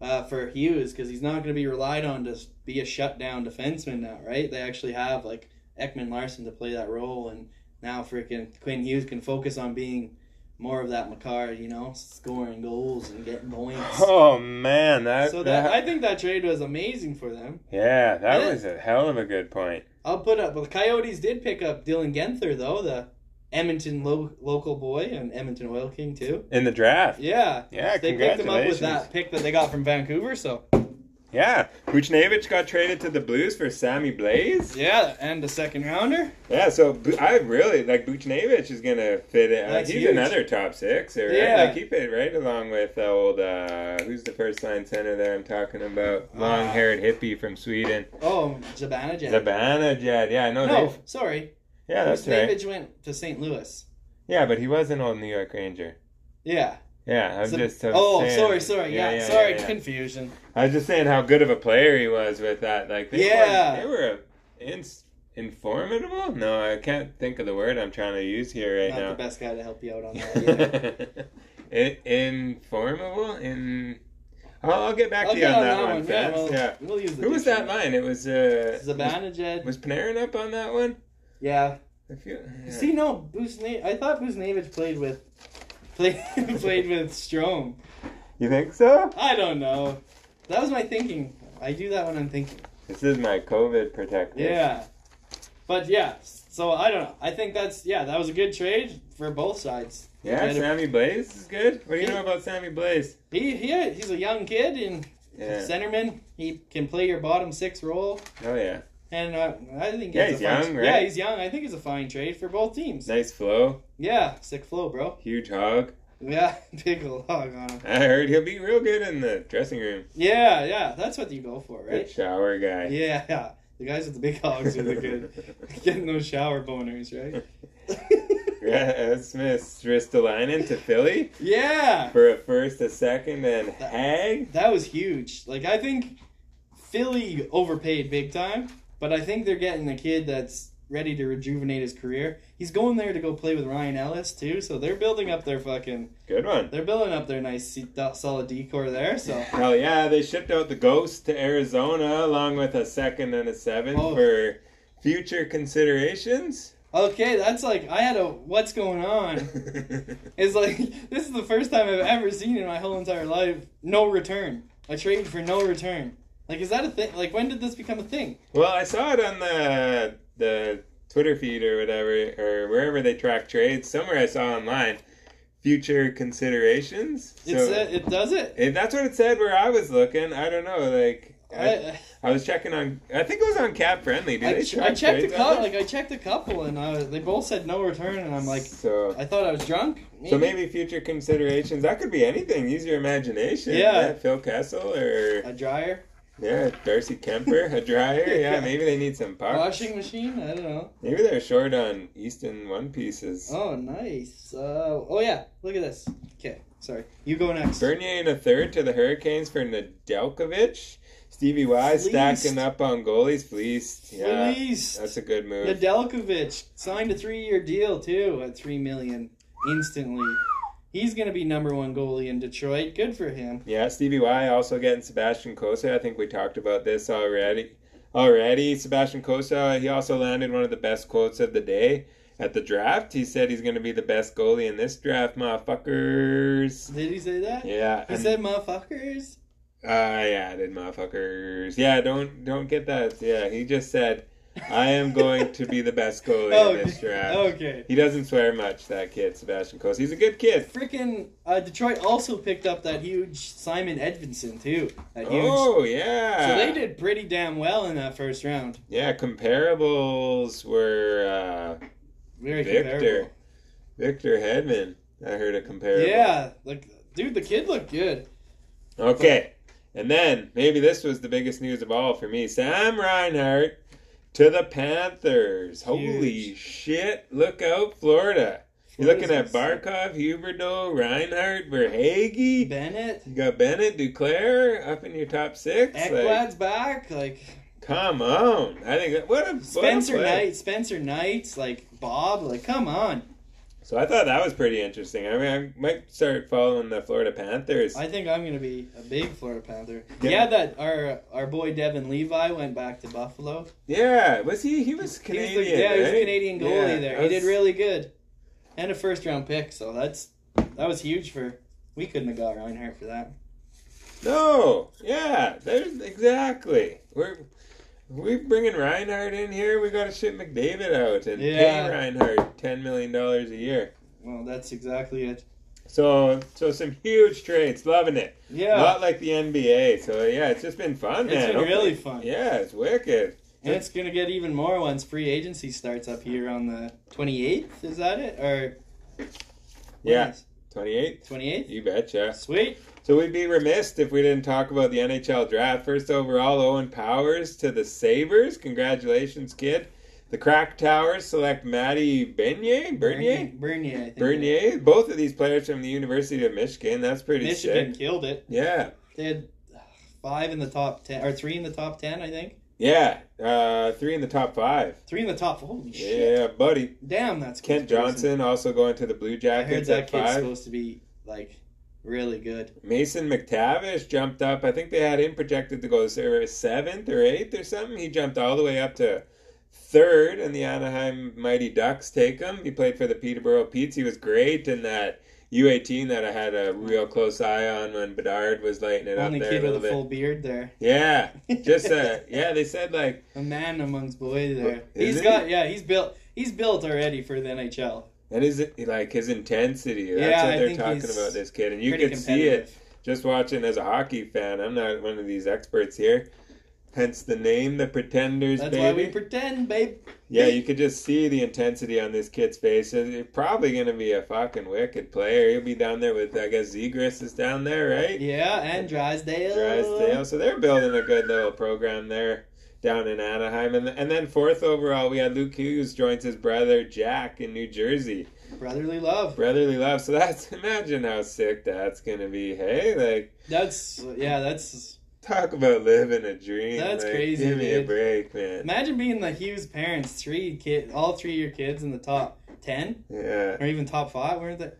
S2: uh, for Hughes because he's not going to be relied on to s- be a shutdown defenseman now, right? They actually have like Ekman Larson to play that role, and now freaking Quinn Hughes can focus on being more of that McCarr, you know, scoring goals and getting points.
S1: Oh man, that,
S2: So that
S1: that-
S2: I think that trade was amazing for them.
S1: yeah, that
S2: Yeah.
S1: was a hell of a good point.
S2: I'll put up. Well, the Coyotes did pick up Dylan Genther though, the Edmonton lo- local boy and Edmonton Oil King too.
S1: In the draft.
S2: Yeah,
S1: Yeah,
S2: they picked him up with
S1: congratulations.
S2: that pick that they got from Vancouver. So
S1: Yeah, Buchnevich got traded to the Blues for Sammy Blaze.
S2: yeah, and a second rounder.
S1: Yeah, so Bu- I really like Buchnevich is gonna fit in.
S2: That's
S1: He's
S2: huge.
S1: another top six, right?
S2: Yeah.
S1: Like he fit right along with uh, old uh, who's the first line center there? I'm talking about long-haired hippie from Sweden,
S2: Oh, Zabanajan.
S1: Zabanajad. Yeah, I know.
S2: no,
S1: they've-
S2: sorry.
S1: Yeah, that's right.
S2: Davidge went to St. Louis.
S1: Yeah, but he was an old New York Ranger.
S2: Yeah.
S1: Yeah, I'm
S2: Zab-
S1: just. I'm
S2: oh,
S1: saying-
S2: sorry, sorry. Yeah,
S1: yeah,
S2: sorry,
S1: yeah, yeah.
S2: confusion.
S1: I was just saying how good of a player he was with that. Like, they
S2: Yeah.
S1: were, they were in, informative. No, I can't think of the word I'm trying to use here right
S2: Not the
S1: now.
S2: best guy to help you out on that. either.
S1: in, informable in. I'll, I'll get back
S2: I'll
S1: to you
S2: get
S1: on, that, one,
S2: Yeah,
S1: Fats.
S2: we'll,
S1: yeah.
S2: we'll use the
S1: Who was that line? It was uh, was,
S2: Zabanajad.
S1: was Panarin up on that one?
S2: Yeah.
S1: I feel, yeah.
S2: See, no, Busne- I thought Busnevich played with played played with Strom.
S1: you think so?
S2: I don't know. That was my thinking. I do that when I'm thinking.
S1: This is my COVID protector.
S2: Yeah. But yeah, so I don't know. I think that's yeah, that was a good trade for both sides.
S1: yeah.
S2: Better-
S1: Sammy Blaze is good. What do you
S2: Yeah.
S1: know about Sammy Blaze?
S2: He, he he's a young kid and
S1: Yeah.
S2: centerman. He can play your bottom six role,
S1: Oh yeah.
S2: and uh, I think
S1: Yeah,
S2: it's
S1: he's
S2: a fine,
S1: young, right?
S2: Yeah, he's young. I think it's a fine trade for both teams.
S1: Nice flow.
S2: Yeah, sick flow, bro.
S1: Huge hog.
S2: Yeah, big log on him.
S1: I heard he'll be real good in the dressing room.
S2: Yeah, yeah, that's what you go for,
S1: Good
S2: right?
S1: shower guy.
S2: Yeah, yeah. The guys with the big hogs are the good. Getting those shower boners, right?
S1: Yeah, Smith Ristolainen to Philly
S2: yeah,
S1: for a first, a second, and Hag.
S2: that was huge. Like I think Philly overpaid big time, but I think they're getting a kid that's ready to rejuvenate his career. He's going there to go play with Ryan Ellis too, so they're building up their fucking.
S1: Good one.
S2: They're building up their nice se- do- solid decor there. So
S1: Hell yeah, they shipped out the Ghost to Arizona along with a second and a seventh
S2: Oh.
S1: for future considerations.
S2: okay, that's like I had a what's going on. It's like this is the first time I've ever seen in my whole entire life no return. A trade for no return. Like is that a thing? Like when did this become a thing?
S1: Well, I saw it on the the Twitter feed or whatever, or wherever they track trades. Somewhere I saw online, future considerations. So
S2: It's it, it does it.
S1: if that's what it said where I was looking. I don't know. Like I,
S2: I,
S1: I was checking on. I think it was on Cap Friendly. Did
S2: I,
S1: they
S2: ch-
S1: track
S2: I checked a
S1: trades on
S2: couple.
S1: that?
S2: Like I checked a couple, and uh, they both said no return, and I'm like,
S1: so.
S2: I thought I was drunk. Maybe.
S1: So maybe future considerations. That could be anything. Use your imagination.
S2: Yeah.
S1: Phil Kessel or
S2: a dryer,
S1: yeah, Darcy Kemper, a dryer. Yeah, maybe they need some power.
S2: washing machine. I don't know.
S1: Maybe they're short on Easton one pieces.
S2: Oh, nice. Uh, oh yeah, look at this. Okay, sorry. You go next.
S1: Bernier in a third to the Hurricanes for Nedeljkovic. Stevie Y
S2: Fleeced.
S1: stacking up on goalies. Fleeced. Yeah,
S2: Released.
S1: that's a good move.
S2: Nedeljkovic signed a three-year deal too at three million instantly. He's gonna be number one goalie in Detroit. Good for him.
S1: Yeah, Stevie Y also getting Sebastian Kosa. I think we talked about this already. Already, Sebastian Kosa, he also landed one of the best quotes of the day at the draft. He said he's going to be the best goalie in this draft, motherfuckers.
S2: Did he say that?
S1: Yeah,
S2: He
S1: and-
S2: said, "Motherfuckers."
S1: uh, yeah, I did motherfuckers. Yeah, don't don't get that. Yeah, he just said, I am going to be the best goalie
S2: Oh,
S1: in this draft.
S2: okay.
S1: He doesn't swear much, that kid, Sebastian Kosa. He's a good kid.
S2: Freaking uh, Detroit also picked up that huge Simon Edvinson too. That huge.
S1: Oh, yeah.
S2: So they did pretty damn well in that first round.
S1: Yeah, comparables were uh,
S2: Very
S1: Victor.
S2: comparable.
S1: Victor Hedman. I heard a comparable.
S2: Yeah, like dude, the kid looked good.
S1: Okay. And then maybe this was the biggest news of all for me. Sam Reinhart to the Panthers. Holy
S2: Huge.
S1: shit. Look out, Florida. You're looking at
S2: Florida's
S1: Barkov, Huberdeau, Reinhart, Verhage.
S2: Bennett,
S1: You got Bennett, Duclair up in your top six. Like,
S2: Ekblad's back, like
S1: come on. I think that, what a what a
S2: Spencer
S1: play.
S2: Knight, Spencer Knights, like Bob, like come on.
S1: So I thought that was pretty interesting. I mean, I might start following the Florida Panthers.
S2: I think I'm gonna be a big Florida Panther.
S1: Yeah.
S2: Yeah, that our our boy Devin Levi went back to Buffalo.
S1: Yeah, was he? He was
S2: He was
S1: Canadian.
S2: the- yeah, he was a
S1: right?
S2: Canadian goalie
S1: Yeah,
S2: there.
S1: I
S2: He
S1: was-
S2: did really good, and a first round pick. So that's that was huge for. We couldn't have got Reinhardt for that.
S1: No, yeah, there's exactly. We're we bringing Reinhardt in here. We got to ship McDavid out and
S2: Yeah.
S1: pay Reinhardt ten million dollars a year.
S2: Well, that's exactly it.
S1: So so some huge trades. Loving it.
S2: Yeah,
S1: Not like the NBA. So yeah, it's just been fun,
S2: it's
S1: man.
S2: been
S1: Hopefully-
S2: really fun,
S1: Yeah, it's wicked.
S2: and it's gonna get even more once free agency starts up here on the 28th. Is that it or?
S1: Yeah, twenty eight.
S2: 28th.
S1: You betcha.
S2: Sweet.
S1: So we'd be remiss if we didn't talk about the NHL draft. First overall, Owen Powers to the Sabres. Congratulations, kid. The Crack Towers select Matty Bernier. Bernier?
S2: Bernier. I think.
S1: Bernier. Both of these players from the University of Michigan. That's pretty
S2: Michigan
S1: sick.
S2: killed it.
S1: Yeah.
S2: They had uh, five in the top ten or three in the top ten, I think.
S1: Yeah. Uh, three in the top five.
S2: Three in the top. Holy shit!
S1: Yeah, buddy.
S2: Damn, that's
S1: Kent
S2: conspiracy.
S1: Johnson also going to the Blue
S2: I heard
S1: Jackets
S2: that
S1: at
S2: kid's
S1: five.
S2: supposed to be like really good.
S1: Mason McTavish jumped up. I think they had him projected to go to seventh or eighth or something. He jumped all the way up to third, and the Anaheim Mighty Ducks take him. He played for the Peterborough Petes. He was great in that U18 that I had a real close eye on when Bedard was lighting it
S2: Only
S1: up there a
S2: kid with
S1: little
S2: a
S1: bit.
S2: full beard there.
S1: Yeah, just uh, yeah. They said like
S2: A man amongst boys there.
S1: Is
S2: he's
S1: he?
S2: got yeah. He's built. He's built already for the NHL.
S1: and is it like his intensity? That's
S2: Yeah,
S1: what
S2: I
S1: they're
S2: think
S1: talking
S2: he's
S1: about this kid, and you
S2: Pretty
S1: can see it.
S2: competitive.
S1: just watching as a hockey fan. I'm not one of these experts here. Hence the name, the Pretenders,
S2: That's why
S1: baby.
S2: we pretend, babe.
S1: yeah, you could just see the intensity on this kid's face. And He's probably going to be a fucking wicked player. He'll be down there with, I guess, Zegris is down there, right?
S2: Yeah, and Drysdale.
S1: Drysdale. So they're building a good little program there down in Anaheim. And, and then fourth overall, we had Luke Hughes joins his brother Jack in New Jersey.
S2: Brotherly love.
S1: Brotherly love. So that's, imagine how sick that's going to be. Hey, like,
S2: That's yeah. That's
S1: Talk about living a dream.
S2: That's
S1: like,
S2: crazy,
S1: Give me a
S2: dude.
S1: break, man.
S2: Imagine being the Hughes parents, three kid, all three of your kids in the top ten
S1: Yeah.
S2: or even top five, weren't they?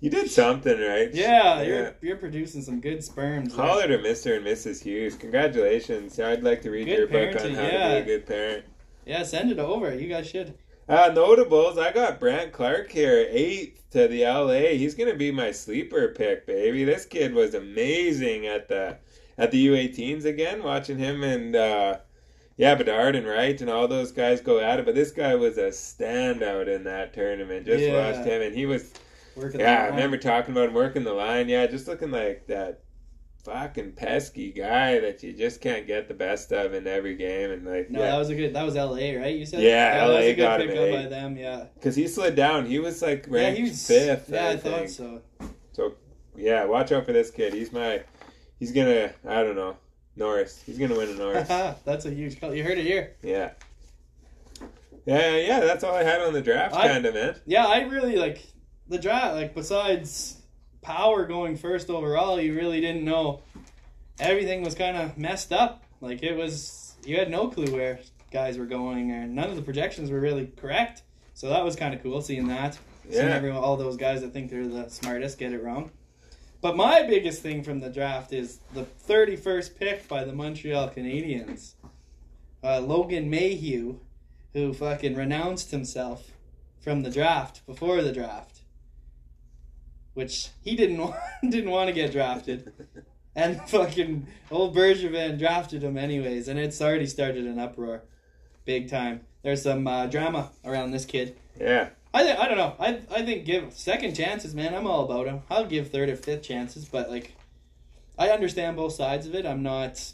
S1: You did something, right?
S2: Yeah, you're you're producing some good sperms. there.
S1: Holler to Mr. and Mrs. Hughes. Congratulations. I'd like to read
S2: Good
S1: your book on
S2: parenting,
S1: how
S2: yeah.
S1: to be a good parent.
S2: Yeah, send it over. You guys should.
S1: Uh, notables, I got Brant Clark here, eighth to the LA. He's gonna be my sleeper pick, baby. This kid was amazing at the at the U18s again, watching him and uh, yeah, Bedard and Wright and all those guys go at it. But this guy was a standout in that tournament. Just
S2: Yeah.
S1: watched him, and he was
S2: Work it
S1: yeah, I
S2: out.
S1: remember talking about him working the line. Yeah, just looking like that fucking pesky guy that you just can't get the best of in every game. And like,
S2: No, that was a good. That was L.A. Right? You said.
S1: Yeah,
S2: that was
S1: LA
S2: a good
S1: got him
S2: pickup
S1: at
S2: by
S1: eight.
S2: them. Yeah.
S1: because he slid down. He was like
S2: Yeah,
S1: ranked
S2: he was
S1: fifth.
S2: Yeah, I,
S1: think.
S2: thought so.
S1: Yeah, watch out for this kid. He's my, he's gonna. I don't know. Norris. He's gonna win a Norris.
S2: That's a huge call. You heard it here.
S1: yeah. Yeah, yeah. That's all I had on the draft,
S2: I-
S1: kind of man.
S2: Yeah, I really like the draft. Like besides power going first overall, you really didn't know. Everything was kind of messed up. Like it was, you had no clue where guys were going, and none of the projections were really correct. So that was kind of cool seeing that. Seeing
S1: Yeah.
S2: everyone, all those guys that think they're the smartest get it wrong. But my biggest thing from the draft is the 31st pick by the Montreal Canadiens. Uh, Logan Mayhew, who fucking renounced himself from the draft before the draft, which he didn't want, didn't want to get drafted, and fucking old Bergevin drafted him anyways, and it's already started an uproar, big time. There's some uh, drama around this kid.
S1: Yeah.
S2: I th- I don't know. I I think give second chances, man. I'm all about them. I'll give third or fifth chances, but like, I understand both sides of it. I'm not,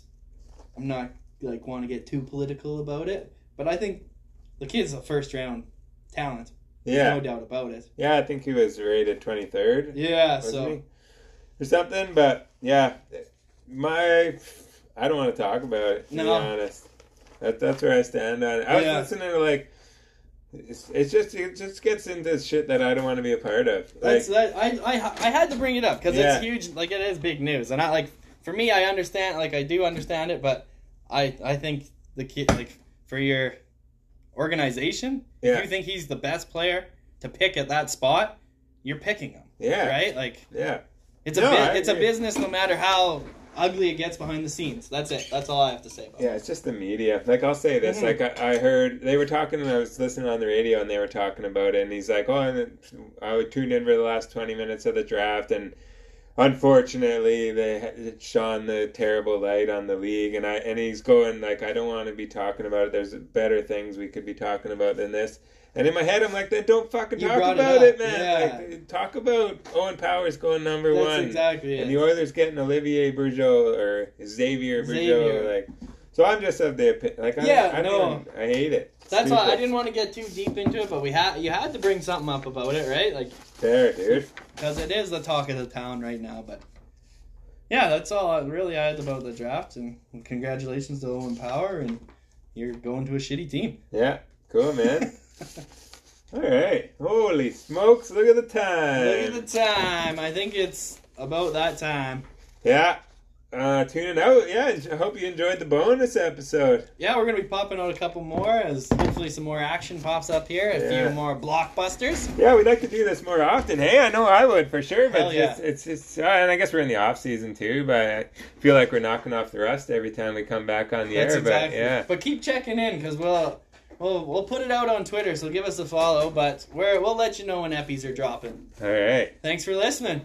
S2: I'm not like want to get too political about it. But I think the kid's a first round talent.
S1: Yeah.
S2: no doubt about it.
S1: Yeah. I think he was rated twenty third.
S2: Yeah.
S1: wasn't
S2: So
S1: he? or something. But yeah, my I don't want to talk about it. To be
S2: No.
S1: honest, that, that's where I stand on it. I was
S2: Yeah.
S1: listening to like. It's, it's just it just gets into shit that I don't want to be a part of. Like,
S2: that's that, I, I I had to bring it up because
S1: Yeah.
S2: it's huge. Like it is big news, and I like for me, I understand. Like I do understand it, but I I think the kid like for your organization, if
S1: yeah,
S2: you think he's the best player to pick at that spot, you're picking them.
S1: Yeah.
S2: Right? Like
S1: Yeah.
S2: it's a
S1: No,
S2: bu-
S1: I
S2: it's a
S1: agree.
S2: business no matter how ugly it gets behind the scenes. That's it. That's all I have to say about it.
S1: Yeah, it's just the media. Like I'll say this,
S2: Mhm.
S1: like I, I heard they were talking, and I was listening on the radio, and they were talking about it, and he's like, "Oh, and it- I tuned in for the last twenty minutes of the draft, and unfortunately, they had shone the terrible light on the league." And I and he's going like, "I don't want to be talking about it. There's better things we could be talking about than this." And in my head, I'm like, "Then don't fucking
S2: You
S1: talk
S2: brought it
S1: about
S2: up.
S1: it, man.
S2: Yeah.
S1: Like, talk about Owen Powers going number
S2: That's
S1: one."
S2: exactly
S1: And
S2: it.
S1: the Oilers getting Olivier Bourgeot or Xavier Bourgeot,
S2: Xavier.
S1: like. So I'm just of the opinion. Like, I,
S2: Yeah,
S1: I,
S2: no.
S1: don't even- I hate it. It's
S2: That's why I
S1: stupid.
S2: didn't want to get too deep into it, but we had you had to bring something up about it, right? Like
S1: There, dude.
S2: because it is the talk of the town right now. But yeah, that's all I really had about the draft. And congratulations to Owen Power, and you're going to a shitty team.
S1: Yeah, cool, man. All right. Holy smokes! Look at the time.
S2: Look at the time. I think it's about that time.
S1: yeah. Uh, tuning out. Yeah, I hope you enjoyed the bonus episode.
S2: Yeah, we're gonna be popping out a couple more as hopefully some more action pops up here. A
S1: Yeah.
S2: few more blockbusters.
S1: Yeah, we'd like to do this more often. Hey, I know I would for sure,
S2: Hell
S1: but
S2: yeah.
S1: it's it's it's. Uh, and I guess we're in the off season too, but I feel like we're knocking off the rust every time we come back on the
S2: That's
S1: air.
S2: exactly.
S1: But yeah,
S2: But keep checking in because we'll. We'll, we'll put it out on Twitter, so give us a follow. But we're, we'll let you know when Eppies are dropping.
S1: all right.
S2: Thanks for listening.